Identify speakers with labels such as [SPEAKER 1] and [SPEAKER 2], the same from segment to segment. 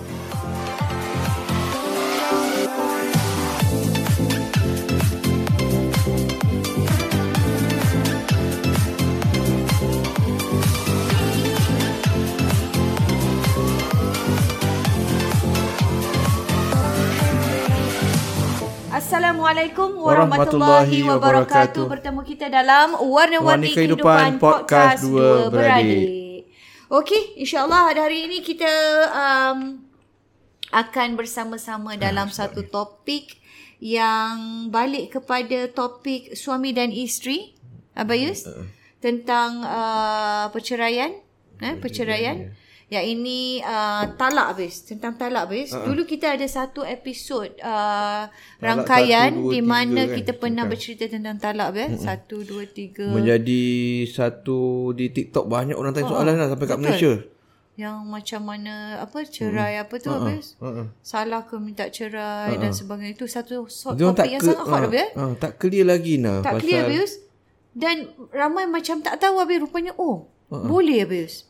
[SPEAKER 1] Assalamualaikum warahmatullahi, warahmatullahi wabarakatuh. Bertemu kita dalam Warna-Warni Kehidupan, Kehidupan Podcast 2 Beradik. Okey, insyaAllah hari ini kita um, akan bersama-sama dalam ah, satu topik yang balik kepada topik suami dan isteri. Abayus, uh, tentang uh, perceraian. Eh, perceraian. Uh, yang ini uh, talak habis tentang talak habis uh-huh. dulu kita ada satu episod uh, talak rangkaian satu, dua, di mana tiga, kita kan? pernah Bukan. bercerita tentang talak habis uh-huh. satu dua tiga
[SPEAKER 2] menjadi satu di TikTok banyak
[SPEAKER 1] Oh,
[SPEAKER 2] orang tanya uh-huh. soalan lah sampai kat Betul. Malaysia
[SPEAKER 1] yang macam mana apa cerai hmm. apa tu uh-uh. habis uh-uh. salah ke minta cerai uh-uh. dan sebagainya itu satu sort Dia topik yang ke, sangat hot uh, habis
[SPEAKER 2] uh, tak clear lagi nah
[SPEAKER 1] tak pasal... clear habis dan ramai macam tak tahu habis rupanya oh uh-uh. boleh habis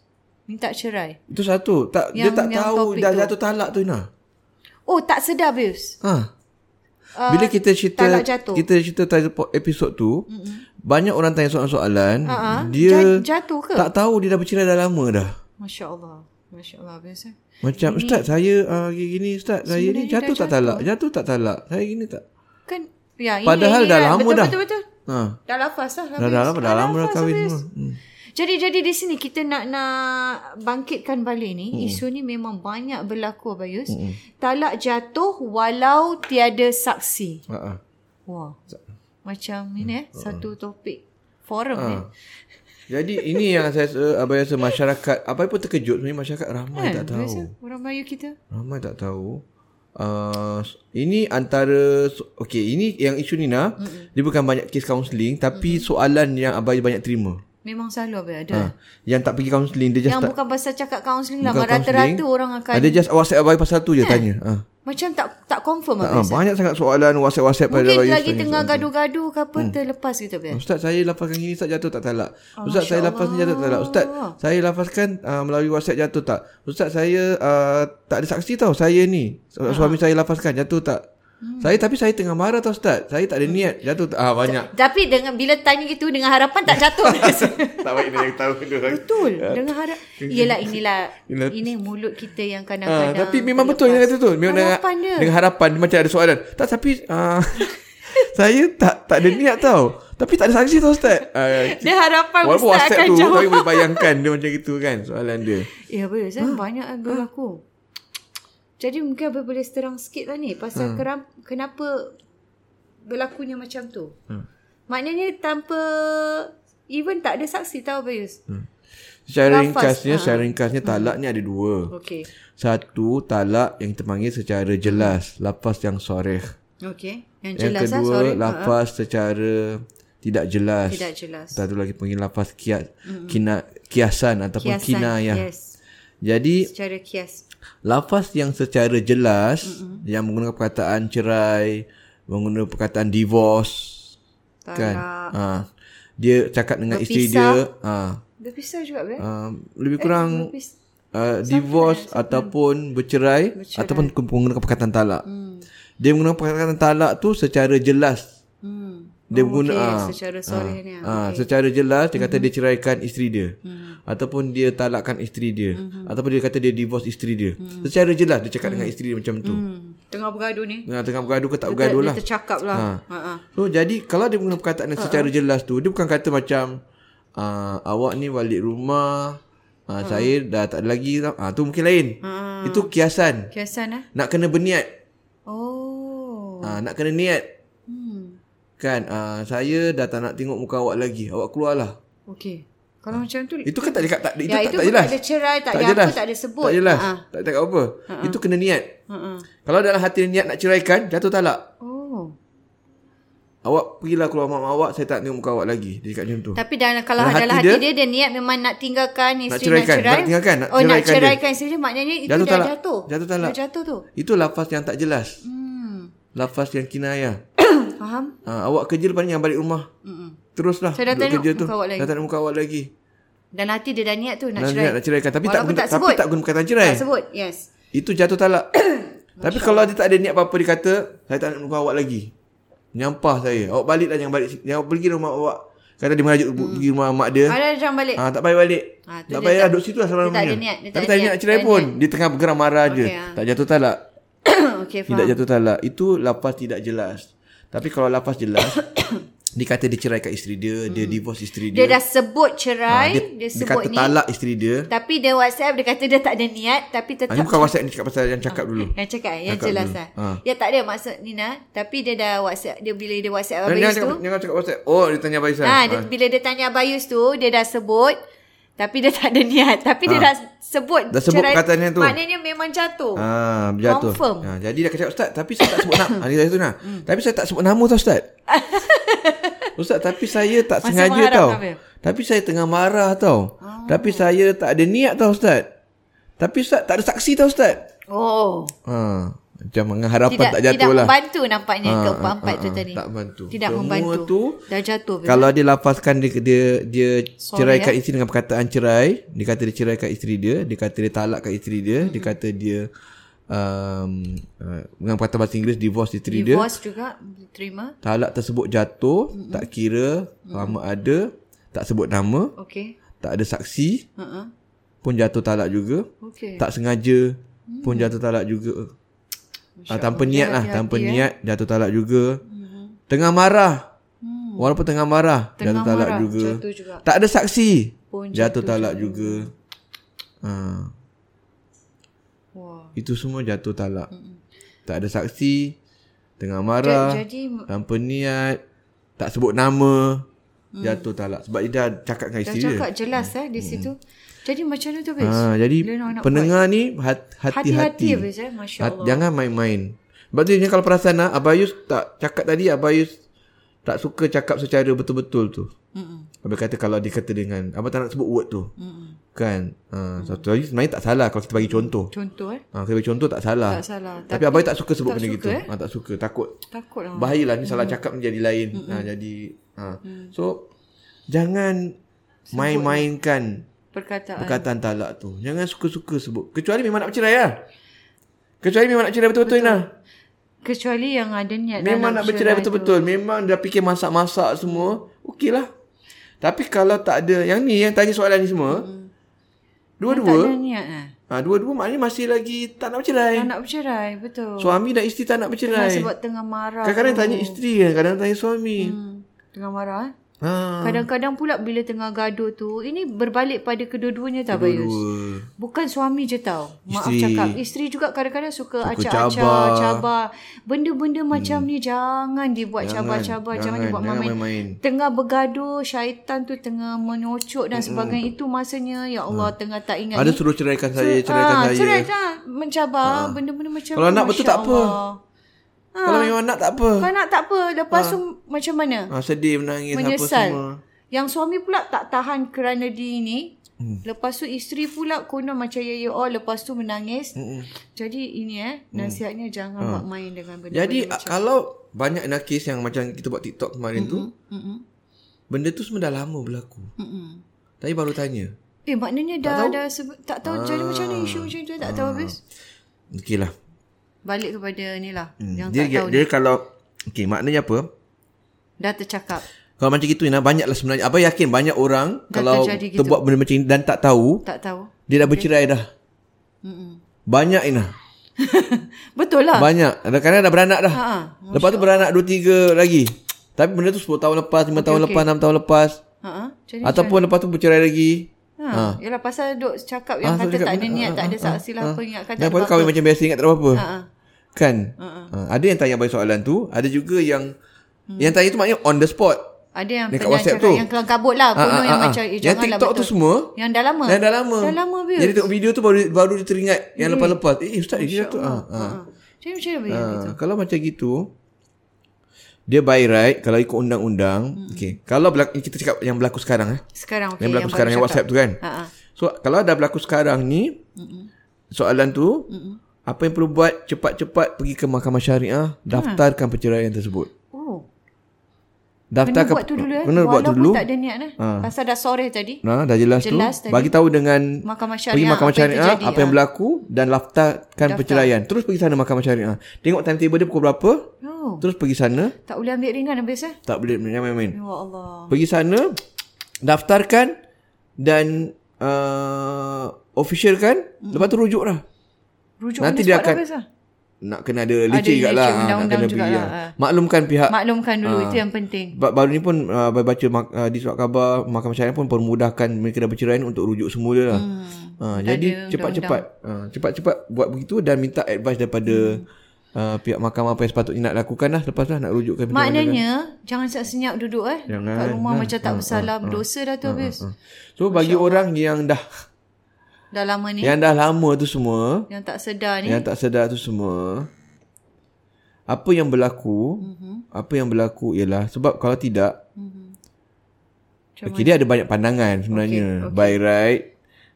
[SPEAKER 1] minta cerai.
[SPEAKER 2] Itu satu. Tak yang, dia tak yang tahu dah jatuh talak tu Ina.
[SPEAKER 1] Oh, tak sedar Bius.
[SPEAKER 2] Ha. Uh, Bila kita cerita kita cerita episod tu, Mm-mm. banyak orang tanya soalan-soalan, uh-huh. dia
[SPEAKER 1] jatuh ke?
[SPEAKER 2] Tak tahu dia dah bercerai dah lama dah.
[SPEAKER 1] Masya-Allah. Masya-Allah eh. biasa.
[SPEAKER 2] Macam ini, ustaz saya uh, gini ustaz saya ni jatuh tak jatuh. talak, jatuh tak talak. Saya gini tak.
[SPEAKER 1] Kan ya
[SPEAKER 2] ini Padahal ini, dah lama
[SPEAKER 1] betul,
[SPEAKER 2] dah.
[SPEAKER 1] Betul betul. Ha. Dah lafaz lah.
[SPEAKER 2] Dah, dah lama dah lama dah kahwin semua.
[SPEAKER 1] Hmm. Jadi jadi di sini kita nak nak bangkitkan balik ni hmm. isu ni memang banyak berlaku Bayus. Hmm. Talak jatuh walau tiada saksi. Uh-uh.
[SPEAKER 2] Ha,
[SPEAKER 1] Wah. Macam ni
[SPEAKER 2] Hmm.
[SPEAKER 1] eh uh-uh. satu topik forum
[SPEAKER 2] Ah,
[SPEAKER 1] uh. ni.
[SPEAKER 2] Jadi ini yang saya abang rasa masyarakat apa pun terkejut sebenarnya masyarakat ramai kan, tak tahu. Biasa,
[SPEAKER 1] orang Melayu kita.
[SPEAKER 2] Ramai tak tahu. Uh, ini antara okey ini yang isu ni nah mm-hmm. dia bukan banyak kes kaunseling tapi mm-hmm. soalan yang abai banyak terima.
[SPEAKER 1] Memang selalu abang ada. Ha.
[SPEAKER 2] Yang tak pergi kaunseling dia Ah, just
[SPEAKER 1] Yang
[SPEAKER 2] tak,
[SPEAKER 1] bukan pasal cakap kaunseling lah, rata-rata orang akan
[SPEAKER 2] Ada just WhatsApp abang pasal tu je eh. tanya. Ha.
[SPEAKER 1] Macam tak tak confirm
[SPEAKER 2] tak, ha. banyak sangat soalan WhatsApp-WhatsApp
[SPEAKER 1] Mungkin lagi tengah gaduh-gaduh ke apa hmm. terlepas gitu abang.
[SPEAKER 2] Ustaz saya lafazkan gini Ustaz jatuh tak talak. Oh, Ustaz saya lafazkan jatuh tak talak. Ustaz saya lafazkan uh, melalui WhatsApp jatuh tak. Ustaz saya uh, tak ada saksi tau saya ni. Suami ha. saya lafazkan jatuh tak. Hmm. Saya tapi saya tengah marah tau ustaz. Saya tak ada hmm. niat jatuh ah banyak.
[SPEAKER 1] Ta- tapi dengan bila tanya gitu dengan harapan tak jatuh.
[SPEAKER 2] tak baik dia tahu
[SPEAKER 1] dulu. Betul.
[SPEAKER 2] Ya.
[SPEAKER 1] dengan harap Yelah inilah ini mulut kita yang kadang-kadang.
[SPEAKER 2] Ha, tapi memang betul yang kata tu. Memang harapan dengan, dia. dengan harapan dia macam ada soalan. Tak tapi uh, saya tak tak ada niat tau. Tapi tak ada saksi tau Ustaz. Ah,
[SPEAKER 1] Uh, dia harapan Walaupun Ustaz akan
[SPEAKER 2] tu,
[SPEAKER 1] jawab. Tapi
[SPEAKER 2] boleh bayangkan dia macam gitu kan soalan dia.
[SPEAKER 1] Ya boleh. Saya ha?
[SPEAKER 2] Ah,
[SPEAKER 1] banyak berlaku. Ha? Jadi mungkin Abang boleh terang sikit lah ni Pasal hmm. keram, kenapa berlakunya macam tu hmm. Maknanya tanpa Even tak ada saksi tau Bayus hmm.
[SPEAKER 2] Secara Lafaz, ringkasnya,
[SPEAKER 1] ah.
[SPEAKER 2] ha. secara ringkasnya talak hmm. ni ada dua.
[SPEAKER 1] Okay.
[SPEAKER 2] Satu talak yang kita panggil secara jelas, lafaz yang soreh.
[SPEAKER 1] Okey.
[SPEAKER 2] Yang, yang
[SPEAKER 1] ah,
[SPEAKER 2] jelas kedua, lah, lafaz ha. secara tidak jelas.
[SPEAKER 1] Tidak jelas.
[SPEAKER 2] Satu lagi panggil lafaz kias, hmm. kina, kiasan ataupun kiasan, kinayah. Yes. Jadi
[SPEAKER 1] secara kias
[SPEAKER 2] lafaz yang secara jelas Mm-mm. yang menggunakan perkataan cerai, menggunakan perkataan divorce
[SPEAKER 1] Talak. kan.
[SPEAKER 2] Ha. Dia cakap dengan Berpisah. isteri dia, ha.
[SPEAKER 1] Berpisah juga ke?
[SPEAKER 2] Um, lebih kurang
[SPEAKER 1] Berpis-
[SPEAKER 2] uh, divorce ataupun bercerai,
[SPEAKER 1] Bercerai.
[SPEAKER 2] ataupun ke- menggunakan perkataan talak. Hmm. Dia menggunakan perkataan talak tu secara jelas.
[SPEAKER 1] Hmm.
[SPEAKER 2] Dia guna-
[SPEAKER 1] okay,
[SPEAKER 2] ah,
[SPEAKER 1] secara solehnya.
[SPEAKER 2] Ah, okay. secara jelas dia kata dia ceraikan isteri dia. Hmm. Ataupun dia talakkan isteri dia. Hmm. Ataupun dia kata dia divorce isteri dia. Hmm. Secara jelas dia cakap hmm. dengan isteri dia macam tu. Hmm.
[SPEAKER 1] Hmm. Tengah bergaduh ni.
[SPEAKER 2] Tengah bergaduh ke tak bergaduh lah.
[SPEAKER 1] Dia tercakap lah.
[SPEAKER 2] Ah.
[SPEAKER 1] Ha. Ha.
[SPEAKER 2] So jadi kalau dia guna perkataan yang secara jelas tu dia bukan kata macam uh, awak ni balik rumah uh, saya dah tak ada lagi tau. Ah tu mungkin lain. Itu kiasan.
[SPEAKER 1] Kiasan eh.
[SPEAKER 2] Nak kena berniat.
[SPEAKER 1] Oh.
[SPEAKER 2] Ah nak kena niat
[SPEAKER 1] Hmm.
[SPEAKER 2] kan uh, saya dah tak nak tengok muka awak lagi. Awak keluarlah.
[SPEAKER 1] Okey. Kalau macam tu.
[SPEAKER 2] Itu kan tak cakap tak itu
[SPEAKER 1] ya,
[SPEAKER 2] tak,
[SPEAKER 1] itu
[SPEAKER 2] tak
[SPEAKER 1] bukan
[SPEAKER 2] jelas.
[SPEAKER 1] ada cerai, tak, ada apa, tak ada sebut.
[SPEAKER 2] Tak jelas.
[SPEAKER 1] Ha.
[SPEAKER 2] Tak cakap apa. Itu kena niat.
[SPEAKER 1] Ha. ha.
[SPEAKER 2] Kalau dalam hati niat nak ceraikan, jatuh talak.
[SPEAKER 1] Oh.
[SPEAKER 2] Awak pergilah keluar mak awak, saya tak nak tengok muka awak lagi. Dia cakap macam tu.
[SPEAKER 1] Tapi dalam kalau
[SPEAKER 2] Dalam
[SPEAKER 1] dalam
[SPEAKER 2] hati
[SPEAKER 1] hati
[SPEAKER 2] dia-
[SPEAKER 1] dia, dia niat memang nak tinggalkan isteri nak,
[SPEAKER 2] ceraikan,
[SPEAKER 1] cerai.
[SPEAKER 2] nak tinggalkan, nak
[SPEAKER 1] oh, nak
[SPEAKER 2] ceraikan dia.
[SPEAKER 1] ceraikan isteri dia maknanya itu
[SPEAKER 2] Jatuh
[SPEAKER 1] dah
[SPEAKER 2] talak.
[SPEAKER 1] jatuh.
[SPEAKER 2] Jatuh talak.
[SPEAKER 1] Dah jatuh tu.
[SPEAKER 2] Itu lafaz yang tak jelas.
[SPEAKER 1] Hmm.
[SPEAKER 2] Lafaz yang kinayah.
[SPEAKER 1] Faham?
[SPEAKER 2] Ha, awak kerja lepas ni yang balik rumah.
[SPEAKER 1] Mm-mm.
[SPEAKER 2] Teruslah.
[SPEAKER 1] Saya dah
[SPEAKER 2] duduk
[SPEAKER 1] tak
[SPEAKER 2] kerja
[SPEAKER 1] nak muka awak lagi.
[SPEAKER 2] Dah tak nak muka awak lagi.
[SPEAKER 1] Dan hati dia dah niat tu nak
[SPEAKER 2] Nak
[SPEAKER 1] cerai.
[SPEAKER 2] cerai. Nak ceraikan. Tapi tak,
[SPEAKER 1] Walaupun
[SPEAKER 2] guna,
[SPEAKER 1] tak
[SPEAKER 2] tapi
[SPEAKER 1] sebut.
[SPEAKER 2] tak guna perkataan cerai.
[SPEAKER 1] Tak sebut. Yes.
[SPEAKER 2] Itu jatuh talak. tapi kalau dia tak ada niat apa-apa, dia kata, saya tak nak muka awak lagi. Nyampah saya. Awak baliklah jangan balik. Yang awak pergi rumah awak. Kata dia merajuk hmm. pergi rumah mak dia.
[SPEAKER 1] Ada jangan balik.
[SPEAKER 2] Ah, tak payah balik.
[SPEAKER 1] Eh. Ah, tu
[SPEAKER 2] tak
[SPEAKER 1] dia
[SPEAKER 2] payah
[SPEAKER 1] tak-
[SPEAKER 2] duduk situ lah selama
[SPEAKER 1] dia tak ada niat, dia tak ada
[SPEAKER 2] Tapi tak
[SPEAKER 1] niat,
[SPEAKER 2] ada niat cerai
[SPEAKER 1] tak ada
[SPEAKER 2] pun. Dia tengah bergeram marah je.
[SPEAKER 1] ah.
[SPEAKER 2] Tak jatuh talak.
[SPEAKER 1] Okey,
[SPEAKER 2] Tidak
[SPEAKER 1] faham.
[SPEAKER 2] jatuh talak Itu lafaz tidak jelas Tapi kalau lafaz jelas Dia kata dia ceraikan isteri dia Dia divorce isteri
[SPEAKER 1] Hmm. Dia
[SPEAKER 2] dia
[SPEAKER 1] dah sebut
[SPEAKER 2] Ah,
[SPEAKER 1] cerai, dia,
[SPEAKER 2] dia
[SPEAKER 1] sebut
[SPEAKER 2] kata
[SPEAKER 1] ni.
[SPEAKER 2] talak isteri dia
[SPEAKER 1] Tapi dia WhatsApp dia kata dia tak ada niat tapi
[SPEAKER 2] ah, Ini
[SPEAKER 1] tetap
[SPEAKER 2] bukan WhatsApp ni cakap pasal yang cakap dulu
[SPEAKER 1] yang cakap yang
[SPEAKER 2] Cakap
[SPEAKER 1] jelas
[SPEAKER 2] dulu.
[SPEAKER 1] lah.
[SPEAKER 2] Ah.
[SPEAKER 1] Ya tak ada maksud Nina tapi dia dah WhatsApp dia bila dia WhatsApp
[SPEAKER 2] Jangan
[SPEAKER 1] Abayus
[SPEAKER 2] Eh, cakap,
[SPEAKER 1] tu.
[SPEAKER 2] jangan cakap WhatsApp Oh dia tanya Faisal
[SPEAKER 1] Ha,
[SPEAKER 2] ha,
[SPEAKER 1] dia, bila dia tanya Abayus tu dia dah sebut tapi dia tak ada niat tapi dia
[SPEAKER 2] Ah.
[SPEAKER 1] dah sebut
[SPEAKER 2] Dah sebut perkataannya tu.
[SPEAKER 1] Maknanya memang jatuh.
[SPEAKER 2] Ah,
[SPEAKER 1] Oh.
[SPEAKER 2] jatuh.
[SPEAKER 1] Confirm. Hmm.
[SPEAKER 2] Ah, jadi dia kata ustaz, tapi saya tak sebut nama. Ah, dia kata tu nah. Tapi saya tak sebut nama tau ustaz. ustaz, tapi saya tak
[SPEAKER 1] Masa
[SPEAKER 2] sengaja
[SPEAKER 1] mengharap Ah.
[SPEAKER 2] tau.
[SPEAKER 1] apa?
[SPEAKER 2] Tapi saya tengah marah tau. Tapi saya tak ada niat tau ustaz. Tapi ustaz tak ada saksi tau ustaz.
[SPEAKER 1] Oh.
[SPEAKER 2] Ha, macam dengan harapan
[SPEAKER 1] Tidak
[SPEAKER 2] tak, tak
[SPEAKER 1] tidak
[SPEAKER 2] jatuh lah.
[SPEAKER 1] membantu nampaknya
[SPEAKER 2] Ah,
[SPEAKER 1] keempat-empat
[SPEAKER 2] ah,
[SPEAKER 1] tu
[SPEAKER 2] ah,
[SPEAKER 1] tadi.
[SPEAKER 2] tak membantu.
[SPEAKER 1] Tidak
[SPEAKER 2] Semua
[SPEAKER 1] membantu.
[SPEAKER 2] tu-
[SPEAKER 1] dah jatuh. betul?
[SPEAKER 2] Kalau dia lapaskan dia dia, dia
[SPEAKER 1] Sorry, ya.
[SPEAKER 2] ceraikan isteri dengan perkataan cerai, dia kata dia ceraikan isteri dia, dia kata dia talakkan isteri dia, dia
[SPEAKER 1] Hmm.
[SPEAKER 2] kata dia um, uh, dengan perkataan bahasa Inggeris divorce isteri dia.
[SPEAKER 1] divorce juga terima.
[SPEAKER 2] Talak tersebut jatuh, tak kira lama ada, tak sebut nama,
[SPEAKER 1] Okey.
[SPEAKER 2] tak ada saksi
[SPEAKER 1] Ha
[SPEAKER 2] pun jatuh talak juga.
[SPEAKER 1] Okey.
[SPEAKER 2] Tak sengaja pun
[SPEAKER 1] Mm.
[SPEAKER 2] jatuh talak juga. Ah, tanpa niat lah,
[SPEAKER 1] eh.
[SPEAKER 2] tanpa niat jatuh talak juga.
[SPEAKER 1] Mm-hmm.
[SPEAKER 2] Tengah marah. Walaupun tengah marah, jatuh talak
[SPEAKER 1] Mm. marah,
[SPEAKER 2] juga.
[SPEAKER 1] jatuh juga.
[SPEAKER 2] Tak ada saksi.
[SPEAKER 1] Pun
[SPEAKER 2] jatuh talak juga. Ah,
[SPEAKER 1] Wah.
[SPEAKER 2] itu semua jatuh talak. Tak ada saksi, tengah
[SPEAKER 1] Ja-
[SPEAKER 2] marah,
[SPEAKER 1] Jadi
[SPEAKER 2] tanpa niat, tak sebut nama, jatuh talak sebab dia dah cakap dengan
[SPEAKER 1] Hmm. dah
[SPEAKER 2] isteri dia.
[SPEAKER 1] cakap jelas eh di situ. Jadi macam mana tu Fiz?
[SPEAKER 2] Hmm. Ah, jadi
[SPEAKER 1] Bila nak- nak
[SPEAKER 2] pendengar ni hat-
[SPEAKER 1] Hati-hati
[SPEAKER 2] hati-hati.
[SPEAKER 1] Fiz eh. Masya
[SPEAKER 2] Hat,
[SPEAKER 1] Allah.
[SPEAKER 2] jangan main-main. Sebab tu kalau perasan lah, Abayus tak cakap tadi, Abayus tak suka cakap secara betul-betul tu.
[SPEAKER 1] Mm-mm.
[SPEAKER 2] Abang kata kalau dia kata dengan, Abang tak nak sebut word tu.
[SPEAKER 1] Hmm.
[SPEAKER 2] Kan? Ha, Satu lagi sebenarnya tak salah kalau kita bagi contoh.
[SPEAKER 1] Contoh eh.
[SPEAKER 2] Ha, kita bagi contoh tak salah.
[SPEAKER 1] Tak salah.
[SPEAKER 2] Tapi, Abayus tak suka sebut
[SPEAKER 1] tak
[SPEAKER 2] benda
[SPEAKER 1] suka,
[SPEAKER 2] gitu.
[SPEAKER 1] eh?
[SPEAKER 2] Ha, tak suka, takut.
[SPEAKER 1] Takut lah.
[SPEAKER 2] Bahayalah ni salah cakap menjadi lain. Ha, jadi, ha. So, jangan main-mainkan
[SPEAKER 1] Perkataan.
[SPEAKER 2] perkataan talak tu. Jangan suka-suka sebut. Kecuali memang nak bercerai lah. Kecuali memang nak bercerai betul-betul Inah.
[SPEAKER 1] Kecuali yang ada niat
[SPEAKER 2] Memang
[SPEAKER 1] dalam
[SPEAKER 2] nak bercerai
[SPEAKER 1] cerai tu.
[SPEAKER 2] betul-betul. Memang dah fikir masak-masak semua. Okeylah. Tapi kalau tak ada yang ni yang tanya soalan ni semua,
[SPEAKER 1] Tak ada
[SPEAKER 2] dua-dua,
[SPEAKER 1] niat eh.
[SPEAKER 2] ha, dua-dua maknanya masih lagi tak nak bercerai.
[SPEAKER 1] Tak nak bercerai. Betul. Kan
[SPEAKER 2] Suami dan isteri tak nak bercerai.
[SPEAKER 1] Sebab tengah marah.
[SPEAKER 2] Kadang-kadang
[SPEAKER 1] tu.
[SPEAKER 2] tanya isteri, kan, kadang-kadang tanya suami.
[SPEAKER 1] Hmm. Tengah marah eh.
[SPEAKER 2] Ha.
[SPEAKER 1] Kadang-kadang pula bila tengah gaduh tu, ini berbalik pada kedua-duanya tak Bayus?
[SPEAKER 2] Dua.
[SPEAKER 1] Bukan suami je tau. Maaf
[SPEAKER 2] Isteri.
[SPEAKER 1] cakap. Isteri juga kadang-kadang suka
[SPEAKER 2] Suka
[SPEAKER 1] acak-acak,
[SPEAKER 2] cabar. Hmm.
[SPEAKER 1] cabar. Benda-benda macam ni jangan dibuat cabar-cabar. Jangan, dibuat
[SPEAKER 2] jangan
[SPEAKER 1] main-main.
[SPEAKER 2] main-main.
[SPEAKER 1] Tengah bergaduh, syaitan tu tengah menyocok dan sebagainya. Itu masanya, ya Allah, tengah tak ingat
[SPEAKER 2] Ada
[SPEAKER 1] ni.
[SPEAKER 2] suruh ceraikan saya, ceraikan
[SPEAKER 1] Ah,
[SPEAKER 2] saya.
[SPEAKER 1] Cerai dah. Mencabar. Benda-benda macam
[SPEAKER 2] Kalau
[SPEAKER 1] tu,
[SPEAKER 2] nak betul
[SPEAKER 1] Masya
[SPEAKER 2] tak apa.
[SPEAKER 1] Allah.
[SPEAKER 2] Kalau memang nak tak apa.
[SPEAKER 1] Kalau nak tak apa. Lepas tu macam mana?
[SPEAKER 2] Ha, sedih, menangis, apa
[SPEAKER 1] menyesal.
[SPEAKER 2] semua.
[SPEAKER 1] Yang suami pula tak tahan kerana dia ni. Hmm. Lepas tu isteri pula konon macam ya ya oh lepas tu menangis. Hmm. Jadi ini eh nasihatnya jangan buat main dengan benda.
[SPEAKER 2] Jadi a- kalau banyak nakis yang macam kita buat TikTok kemarin mm-hmm. tu,
[SPEAKER 1] Mm-mm.
[SPEAKER 2] benda tu semua dah lama berlaku.
[SPEAKER 1] Mm-mm.
[SPEAKER 2] Tadi baru tanya.
[SPEAKER 1] Eh maknanya dah tak dah sebe- tak tahu ah. jadi macam mana isu macam tu tak tahu habis.
[SPEAKER 2] Okey lah.
[SPEAKER 1] Balik kepada ni lah
[SPEAKER 2] Hmm.
[SPEAKER 1] hmm. yang
[SPEAKER 2] Dia,
[SPEAKER 1] tak
[SPEAKER 2] dia,
[SPEAKER 1] tahu
[SPEAKER 2] dia
[SPEAKER 1] dia,
[SPEAKER 2] kalau Okey maknanya apa?
[SPEAKER 1] dah tercakap.
[SPEAKER 2] Kalau macam gitu Ina Banyaklah sebenarnya Abang yakin banyak orang
[SPEAKER 1] Dah
[SPEAKER 2] Kalau
[SPEAKER 1] terjadi gitu.
[SPEAKER 2] terbuat benda macam ni Dan tak tahu
[SPEAKER 1] Tak tahu.
[SPEAKER 2] Dia dah bercerai dah
[SPEAKER 1] Mm-mm.
[SPEAKER 2] Banyak Ina
[SPEAKER 1] Betul lah.
[SPEAKER 2] Banyak Kadang-kadang dah beranak dah
[SPEAKER 1] Ha.
[SPEAKER 2] Lepas tu beranak 2-3 lagi Tapi benda tu 10 tahun lepas 5 tahun lepas 6 tahun lepas
[SPEAKER 1] Ha. Jadi
[SPEAKER 2] Ataupun lepas tu bercerai lagi
[SPEAKER 1] Ha. Yalah pasal duk cakap yang
[SPEAKER 2] Ah,
[SPEAKER 1] kata
[SPEAKER 2] cakap
[SPEAKER 1] tak ada
[SPEAKER 2] benda-
[SPEAKER 1] niat,
[SPEAKER 2] ah,
[SPEAKER 1] tak ada
[SPEAKER 2] ah,
[SPEAKER 1] saksi lah
[SPEAKER 2] ah.
[SPEAKER 1] apa Ah, ingatkan
[SPEAKER 2] Dan
[SPEAKER 1] tak ada
[SPEAKER 2] lepas tu kahwin
[SPEAKER 1] apa-apa.
[SPEAKER 2] macam biasa Ingat tak ada apa-apa
[SPEAKER 1] Ha.
[SPEAKER 2] Kan ha, Ada yang tanya balik soalan tu Ada juga yang
[SPEAKER 1] Hmm.
[SPEAKER 2] Yang tanya tu maknanya on the spot
[SPEAKER 1] Ada yang
[SPEAKER 2] Dekat
[SPEAKER 1] pernah
[SPEAKER 2] WhatsApp
[SPEAKER 1] cakap
[SPEAKER 2] tu.
[SPEAKER 1] yang kelam kabut lah,
[SPEAKER 2] Ah,
[SPEAKER 1] kuno
[SPEAKER 2] ah,
[SPEAKER 1] yang
[SPEAKER 2] ah,
[SPEAKER 1] macam
[SPEAKER 2] ah.
[SPEAKER 1] eh
[SPEAKER 2] Yang
[SPEAKER 1] janganlah
[SPEAKER 2] TikTok tu
[SPEAKER 1] betul.
[SPEAKER 2] semua
[SPEAKER 1] Yang dah lama.
[SPEAKER 2] Yang dah lama
[SPEAKER 1] Dah lama views.
[SPEAKER 2] Jadi tengok video tu baru baru dia teringat Yang
[SPEAKER 1] Hmm.
[SPEAKER 2] lepas-lepas Eh ustaz dia tu ah, ah.
[SPEAKER 1] Ha. Jadi macam mana boleh
[SPEAKER 2] Ah, Kalau macam gitu Dia by right Kalau ikut undang-undang
[SPEAKER 1] Hmm.
[SPEAKER 2] okay. Kalau berlaku, kita cakap yang berlaku sekarang eh.
[SPEAKER 1] Sekarang okey.
[SPEAKER 2] Yang berlaku sekarang Yang WhatsApp tu kan
[SPEAKER 1] Ha. ha.
[SPEAKER 2] So kalau dah berlaku sekarang ni Soalan tu Apa yang perlu buat Cepat-cepat pergi ke mahkamah
[SPEAKER 1] Ah.
[SPEAKER 2] syariah Daftarkan perceraian tersebut
[SPEAKER 1] Oh. Kena
[SPEAKER 2] Daftarkan
[SPEAKER 1] buat tu dulu eh.
[SPEAKER 2] Kena buat
[SPEAKER 1] Walaupun
[SPEAKER 2] dulu Ha.
[SPEAKER 1] tak ada niat eh. Pasal dah sore tadi.
[SPEAKER 2] Nah, dah jelas,
[SPEAKER 1] Jelas
[SPEAKER 2] tu.
[SPEAKER 1] tadi.
[SPEAKER 2] Bagi tahu dengan
[SPEAKER 1] Mahkamah
[SPEAKER 2] pergi
[SPEAKER 1] syariah.
[SPEAKER 2] mahkamah
[SPEAKER 1] apa yang
[SPEAKER 2] syariah
[SPEAKER 1] terjadi, ah.
[SPEAKER 2] apa yang berlaku dan daftarkan perceraian. Terus pergi sana mahkamah syariah. Tengok timetable dia pukul berapa,
[SPEAKER 1] Oh.
[SPEAKER 2] terus pergi sana.
[SPEAKER 1] Tak boleh ambil ringan habis eh.
[SPEAKER 2] Tak boleh main-main.
[SPEAKER 1] Ya Allah.
[SPEAKER 2] Pergi sana, daftarkan dan uh, officialkan,
[SPEAKER 1] Hmm.
[SPEAKER 2] lepas tu rujuk lah.
[SPEAKER 1] Rujuk on the
[SPEAKER 2] Nanti dia
[SPEAKER 1] spot
[SPEAKER 2] akan-
[SPEAKER 1] habis lah.
[SPEAKER 2] Nak kena ada
[SPEAKER 1] licin,
[SPEAKER 2] licin juga lah. ha, Nak
[SPEAKER 1] undang-undang
[SPEAKER 2] kena
[SPEAKER 1] juga
[SPEAKER 2] beri
[SPEAKER 1] lah,
[SPEAKER 2] lah. Maklumkan pihak
[SPEAKER 1] Maklumkan dulu itu
[SPEAKER 2] Ah.
[SPEAKER 1] yang penting.
[SPEAKER 2] Ba- Baru ni pun uh, baca mak- uh, di surat khabar Mahkamah Syariah pun permudahkan mereka dah bercerai ni untuk rujuk semula lah. Hmm, uh, jadi cepat-cepat uh, cepat-cepat buat begitu dan minta advice daripada hmm. uh, pihak mahkamah apa yang sepatutnya nak lakukan lah lepas lah nak rujukkan perceraian.
[SPEAKER 1] Maknanya jangan senyap duduk eh.
[SPEAKER 2] Jangan. Ah,
[SPEAKER 1] Kat rumah macam tak bersalah, berdosa dah tu habis.
[SPEAKER 2] So bagi orang yang dah
[SPEAKER 1] Dah lama ni
[SPEAKER 2] yang dah lama tu semua,
[SPEAKER 1] yang tak sedar ni.
[SPEAKER 2] yang tak sedar tu semua apa yang berlaku,
[SPEAKER 1] Mhm.
[SPEAKER 2] mm-hmm. apa yang berlaku ialah sebab kalau tidak
[SPEAKER 1] Mm-hmm.
[SPEAKER 2] Okay, dia ada banyak pandangan sebenarnya. Okay, okay. By right,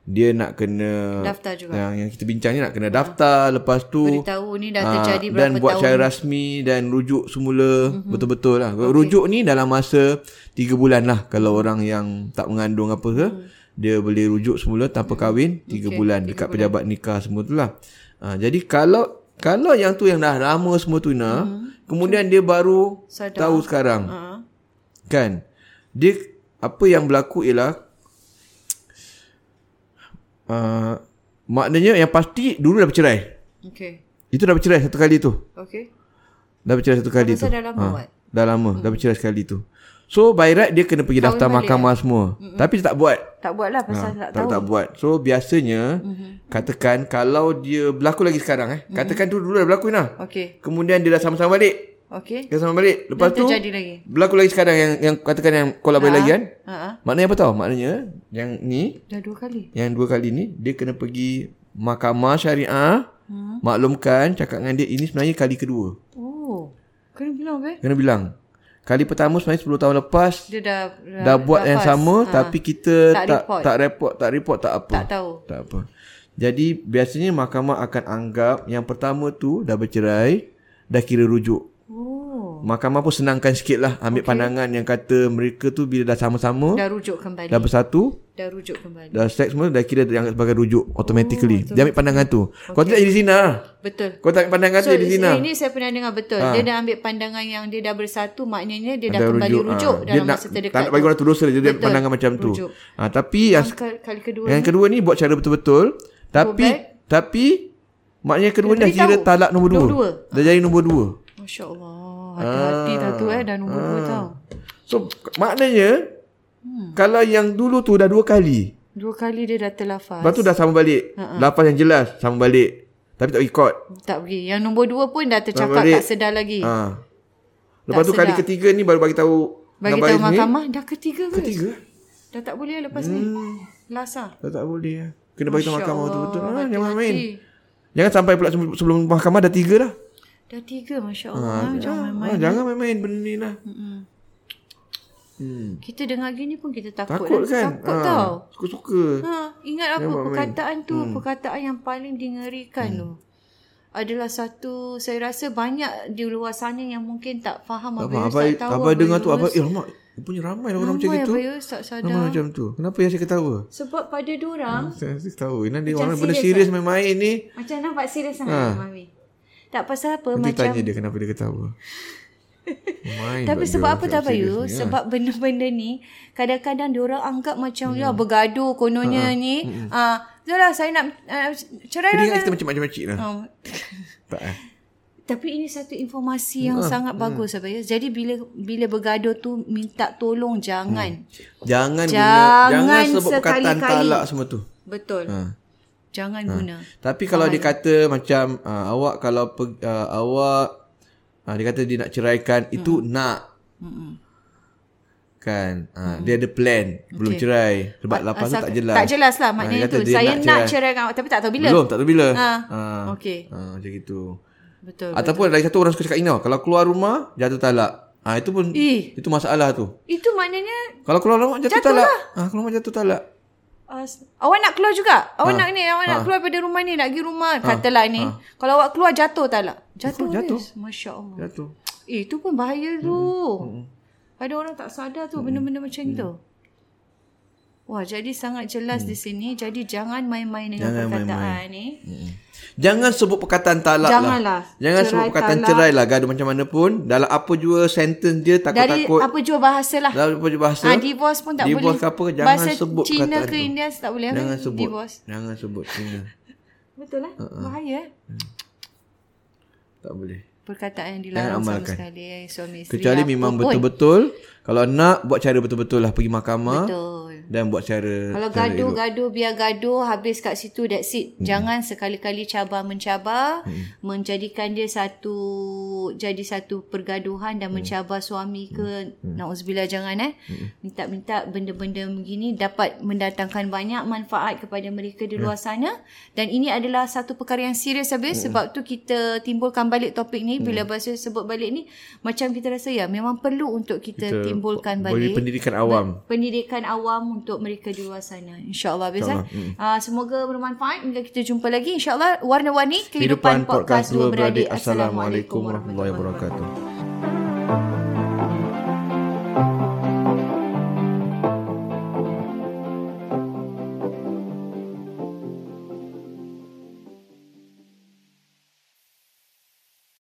[SPEAKER 2] dia nak kena
[SPEAKER 1] Daftar Ah. juga.
[SPEAKER 2] yang, yang kita bincang ni nak kena daftar lepas tu
[SPEAKER 1] Beritahu ni dah
[SPEAKER 2] ah,
[SPEAKER 1] terjadi
[SPEAKER 2] dan
[SPEAKER 1] berapa
[SPEAKER 2] buat
[SPEAKER 1] tahun.
[SPEAKER 2] cara rasmi dan rujuk semula mm-hmm. betul-betul lah. Okay. Rujuk ni dalam masa 3 bulan lah kalau orang yang tak mengandung apa ke
[SPEAKER 1] Mm.
[SPEAKER 2] dia boleh rujuk semula tanpa
[SPEAKER 1] Mm-hmm.
[SPEAKER 2] kahwin 3 okay, bulan dekat pejabat nikah semua tu lah. Ah, jadi kalau kalau yang tu yang dah lama semua tu Ina,
[SPEAKER 1] Mm-hmm.
[SPEAKER 2] kemudian dia baru
[SPEAKER 1] Sadar.
[SPEAKER 2] tahu sekarang.
[SPEAKER 1] Ha.
[SPEAKER 2] Kan Dia Apa yang berlaku ialah uh, Maknanya yang pasti Dulu dah bercerai
[SPEAKER 1] Okey.
[SPEAKER 2] Itu dah bercerai satu kali tu
[SPEAKER 1] Okey.
[SPEAKER 2] Dah bercerai satu kali tu
[SPEAKER 1] Pasal
[SPEAKER 2] Ah.
[SPEAKER 1] dah lama buat.
[SPEAKER 2] Dah lama
[SPEAKER 1] Hmm.
[SPEAKER 2] Dah bercerai sekali tu So by right dia kena pergi daftar mahkamah semua Tapi dia tak buat
[SPEAKER 1] Tak buat lah pasal eh? Hmm. tak
[SPEAKER 2] Ah, tak,
[SPEAKER 1] tahu. Hmm.
[SPEAKER 2] tak buat So biasanya Katakan Kalau dia berlaku lagi sekarang eh Katakan tu dulu dah berlaku Ina
[SPEAKER 1] Okey.
[SPEAKER 2] Kemudian dia dah sama-sama balik
[SPEAKER 1] Okey.
[SPEAKER 2] Dia sama balik Lepas tu
[SPEAKER 1] Terjadi lagi.
[SPEAKER 2] Berlaku lagi sekarang yang yang katakan yang kolaborasi lagi kan
[SPEAKER 1] Ha. ha.
[SPEAKER 2] Maknanya apa tahu? Maknanya yang ni,
[SPEAKER 1] Dah dua kali.
[SPEAKER 2] yang dua kali ni dia kena pergi mahkamah syariah, hmm. maklumkan cakap dengan dia ini sebenarnya kali kedua.
[SPEAKER 1] Oh. Kena bilang apa? eh?
[SPEAKER 2] Kena bilang. Kali pertama sebenarnya 10 tahun lepas
[SPEAKER 1] Dia dah
[SPEAKER 2] dah buat yang
[SPEAKER 1] lepas.
[SPEAKER 2] sama
[SPEAKER 1] Ha.
[SPEAKER 2] tapi kita
[SPEAKER 1] Tak
[SPEAKER 2] tak tak
[SPEAKER 1] report.
[SPEAKER 2] report, tak report, tak, report, tak apa.
[SPEAKER 1] tak tahu.
[SPEAKER 2] tak apa. Jadi biasanya mahkamah akan anggap yang pertama tu dah bercerai, dah kira rujuk.
[SPEAKER 1] Oh.
[SPEAKER 2] Mahkamah pun senangkan sikit lah Ambil okay. pandangan yang kata Mereka tu bila dah sama-sama
[SPEAKER 1] Dah rujuk kembali. Dah,
[SPEAKER 2] Dah bersatu
[SPEAKER 1] rujuk kembali.
[SPEAKER 2] dah seks semua dah kira dianggap sebagai rujuk
[SPEAKER 1] Oh,
[SPEAKER 2] automatically. dia ambil pandangan tu. Okay. Kau tidak jadi zina.
[SPEAKER 1] Betul.
[SPEAKER 2] Kau tak ambil pandangan
[SPEAKER 1] So
[SPEAKER 2] tu jadi zina.
[SPEAKER 1] ini saya pernah dengar betul. Dia dah ambil pandangan yang dia dah bersatu maknanya dia dah
[SPEAKER 2] Ha. Dah
[SPEAKER 1] kembali rujuk,
[SPEAKER 2] ah.
[SPEAKER 1] dalam
[SPEAKER 2] dia nak,
[SPEAKER 1] masa
[SPEAKER 2] Tak
[SPEAKER 1] terdekat.
[SPEAKER 2] nak bagi orang tu dosa dia, dia ambil
[SPEAKER 1] Betul.
[SPEAKER 2] pandangan macam tu.
[SPEAKER 1] Rujuk.
[SPEAKER 2] Ha, tapi yang,
[SPEAKER 1] Kali, kali kedua
[SPEAKER 2] yang kedua ni buat cara betul-betul tapi tapi maknanya kedua ni dah
[SPEAKER 1] beritahu.
[SPEAKER 2] kira talak nombor dua.
[SPEAKER 1] Nombor dua.
[SPEAKER 2] Dah jadi nombor dua.
[SPEAKER 1] Masya Allah.
[SPEAKER 2] Ah.
[SPEAKER 1] Hati-hati dah tu eh. Dah nombor dua tau.
[SPEAKER 2] So maknanya
[SPEAKER 1] Hmm.
[SPEAKER 2] kalau yang dulu tu dah dua kali.
[SPEAKER 1] Dua kali dia dah terlafaz.
[SPEAKER 2] Lepas tu dah sama balik. Lapan yang jelas sama balik. Tapi tak pergi court.
[SPEAKER 1] tak pergi. Yang nombor dua pun dah tercakap
[SPEAKER 2] Nombor
[SPEAKER 1] tak
[SPEAKER 2] dua.
[SPEAKER 1] sedar lagi. Ha.
[SPEAKER 2] Ha. Lepas tu kali
[SPEAKER 1] sedap.
[SPEAKER 2] ketiga ni baru bagi tahu
[SPEAKER 1] Bagi tahu
[SPEAKER 2] dengan baris ni.
[SPEAKER 1] mahkamah dah ketiga ke?
[SPEAKER 2] Ketiga?
[SPEAKER 1] Dah tak boleh lepas hmm. ni. Last lah.
[SPEAKER 2] Dah eh? tak boleh. eh? Kena bagi tahu
[SPEAKER 1] Masya
[SPEAKER 2] mahkamah tu betul.
[SPEAKER 1] Allah,
[SPEAKER 2] Ha, jangan main.
[SPEAKER 1] hati-hati.
[SPEAKER 2] Jangan sampai pula sebelum sebelum mahkamah dah tiga dah.
[SPEAKER 1] Dah tiga Masya Allah. Ha. Jangan
[SPEAKER 2] Ha,
[SPEAKER 1] main-main. Hmm,
[SPEAKER 2] jangan main-main benda ni lah.
[SPEAKER 1] Kita dengar gini pun kita takut.
[SPEAKER 2] Takut
[SPEAKER 1] lah.
[SPEAKER 2] kan?
[SPEAKER 1] Takut
[SPEAKER 2] ha,
[SPEAKER 1] tau.
[SPEAKER 2] Suka-suka.
[SPEAKER 1] Ha. Ingat apa perkataan tu.
[SPEAKER 2] Hmm.
[SPEAKER 1] Perkataan yang paling dingerikan tu. Adalah satu saya rasa banyak di luar sana yang mungkin tak faham
[SPEAKER 2] Tak
[SPEAKER 1] apa
[SPEAKER 2] faham.
[SPEAKER 1] yang
[SPEAKER 2] Abang,
[SPEAKER 1] Ustaz tahu.
[SPEAKER 2] abang dengar tu,
[SPEAKER 1] Yus.
[SPEAKER 2] abang, eh, alamak. Rupanya ramai lah orang macam Hmm.
[SPEAKER 1] Ramai
[SPEAKER 2] itu.
[SPEAKER 1] apa ya Ustaz
[SPEAKER 2] Ramai
[SPEAKER 1] Sadar.
[SPEAKER 2] macam tu. Kenapa yang saya ketawa?
[SPEAKER 1] Sebab pada diorang
[SPEAKER 2] Saya saya ketawa. Nanti
[SPEAKER 1] Macam lah.
[SPEAKER 2] orang benda
[SPEAKER 1] serious,
[SPEAKER 2] serius main-main ni.
[SPEAKER 1] macam nampak serius sangat
[SPEAKER 2] Hmm. Ha.
[SPEAKER 1] mami. Tak pasal apa
[SPEAKER 2] Nanti
[SPEAKER 1] macam
[SPEAKER 2] tanya dia kenapa dia ketawa. Main
[SPEAKER 1] Tapi
[SPEAKER 2] buat
[SPEAKER 1] sebab
[SPEAKER 2] dia
[SPEAKER 1] apa
[SPEAKER 2] macam
[SPEAKER 1] tak
[SPEAKER 2] serius
[SPEAKER 1] Bayu?
[SPEAKER 2] ni, ha.
[SPEAKER 1] Sebab benda-benda ni kadang-kadang diorang anggap macam
[SPEAKER 2] Hmm.
[SPEAKER 1] ya bergaduh
[SPEAKER 2] Ha,
[SPEAKER 1] kononnya ni. Ah, Zara saya nak uh, cerai
[SPEAKER 2] Dia
[SPEAKER 1] lah.
[SPEAKER 2] ingat
[SPEAKER 1] kan?"
[SPEAKER 2] kita macam macam-macam lah.
[SPEAKER 1] Ah.
[SPEAKER 2] Tak eh?
[SPEAKER 1] Tapi ini satu informasi
[SPEAKER 2] Ah,
[SPEAKER 1] yang sangat bagus hmm. Abang. Jadi bila bila bergaduh tu minta tolong jangan.
[SPEAKER 2] Ah.
[SPEAKER 1] Hmm.
[SPEAKER 2] Jangan,
[SPEAKER 1] Jangan
[SPEAKER 2] guna, jangan sebut perkataan
[SPEAKER 1] sekali-kali.
[SPEAKER 2] talak semua tu.
[SPEAKER 1] Betul.
[SPEAKER 2] Ha.
[SPEAKER 1] Jangan guna.
[SPEAKER 2] Tapi kalau dia kata macam uh, awak kalau pe- uh, awak uh, dia kata dia nak ceraikan itu nak. Kan. Uh, Dia ada plan belum cerai sebab lepas tu tak jelas.
[SPEAKER 1] Tak jelas lah
[SPEAKER 2] Ah,
[SPEAKER 1] maknanya
[SPEAKER 2] dia kata
[SPEAKER 1] tu.
[SPEAKER 2] dia
[SPEAKER 1] Saya nak ceraikan awak tapi tak tahu bila.
[SPEAKER 2] Belum, tak tahu bila.
[SPEAKER 1] Ha.
[SPEAKER 2] Ah.
[SPEAKER 1] Okey.
[SPEAKER 2] Ah, macam gitu.
[SPEAKER 1] Betul.
[SPEAKER 2] Ataupun lagi satu orang suka cakap ini tau, kalau keluar rumah jatuh talak. Ah itu pun
[SPEAKER 1] Ih.
[SPEAKER 2] itu masalah tu.
[SPEAKER 1] Itu maknanya
[SPEAKER 2] Kalau keluar rumah jatuh, talak. Ah keluar rumah jatuh talak.
[SPEAKER 1] uh, awak nak keluar juga. Awak
[SPEAKER 2] Ah.
[SPEAKER 1] nak ni, awak nak keluar daripada rumah ni, nak pergi rumah katalah ni. Kalau awak keluar jatuh tak lah? Jatuh. Jatuh. Masya-Allah.
[SPEAKER 2] Jatuh.
[SPEAKER 1] Eh, itu pun bahaya tu.
[SPEAKER 2] Mm-hmm.
[SPEAKER 1] Hmm. Ada orang tak sadar tu benda-benda macam tu.
[SPEAKER 2] Mm-hmm.
[SPEAKER 1] Wah, jadi sangat jelas
[SPEAKER 2] Mm.
[SPEAKER 1] di sini. Jadi jangan main-main dengan jangan perkataan ni.
[SPEAKER 2] Jangan sebut perkataan talak
[SPEAKER 1] Janganlah.
[SPEAKER 2] lah. Jangan
[SPEAKER 1] Cerai,
[SPEAKER 2] sebut perkataan
[SPEAKER 1] talak.
[SPEAKER 2] cerai lah gaduh macam mana pun. Dalam apa jua sentence dia
[SPEAKER 1] Dari
[SPEAKER 2] takut-takut.
[SPEAKER 1] apa jua bahasa lah.
[SPEAKER 2] Dalam apa jua bahasa.
[SPEAKER 1] Ha, divorce pun tak
[SPEAKER 2] divorce
[SPEAKER 1] boleh.
[SPEAKER 2] ke apa jangan
[SPEAKER 1] bahasa
[SPEAKER 2] sebut
[SPEAKER 1] Cina
[SPEAKER 2] perkataan
[SPEAKER 1] ke
[SPEAKER 2] tu.
[SPEAKER 1] India tak boleh. apa?
[SPEAKER 2] Jangan sebut.
[SPEAKER 1] kan? Divorce.
[SPEAKER 2] Jangan sebut Cina.
[SPEAKER 1] Betul lah. Uh-uh. Bahaya eh.
[SPEAKER 2] tak boleh.
[SPEAKER 1] Perkataan yang dilarang
[SPEAKER 2] Jangan
[SPEAKER 1] sama
[SPEAKER 2] amalkan.
[SPEAKER 1] sekali eh. Suami isteri.
[SPEAKER 2] Kecuali
[SPEAKER 1] apa
[SPEAKER 2] memang
[SPEAKER 1] pun.
[SPEAKER 2] betul-betul kalau nak buat cara betul-betul lah pergi mahkamah
[SPEAKER 1] Betul.
[SPEAKER 2] dan buat cara
[SPEAKER 1] Kalau
[SPEAKER 2] cara
[SPEAKER 1] gaduh,
[SPEAKER 2] elok.
[SPEAKER 1] gaduh, biar gaduh, habis kat situ, that's it. Hmm. Jangan sekali-kali cabar-mencabar, hmm. menjadikan dia satu, jadi satu pergaduhan dan hmm. mencabar suami ke, hmm. na'udzubillah jangan eh. Hmm. Minta-minta benda-benda begini dapat mendatangkan banyak manfaat kepada mereka di luar sana. Dan ini adalah satu perkara yang serius habis, hmm. sebab tu kita timbulkan balik topik ni, bila bahasa sebut balik ni, macam kita rasa ya, memang perlu untuk kita, kita timbulkan balik
[SPEAKER 2] Beri pendidikan awam.
[SPEAKER 1] pendidikan awam untuk mereka di luar sana. InsyaAllah Abis eh. Uh, semoga bermanfaat. Bila kita jumpa lagi insyaAllah warna-warni kehidupan,
[SPEAKER 2] Kehidupan podcast dua beradik. Assalamualaikum warahmatullahi wabarakatuh.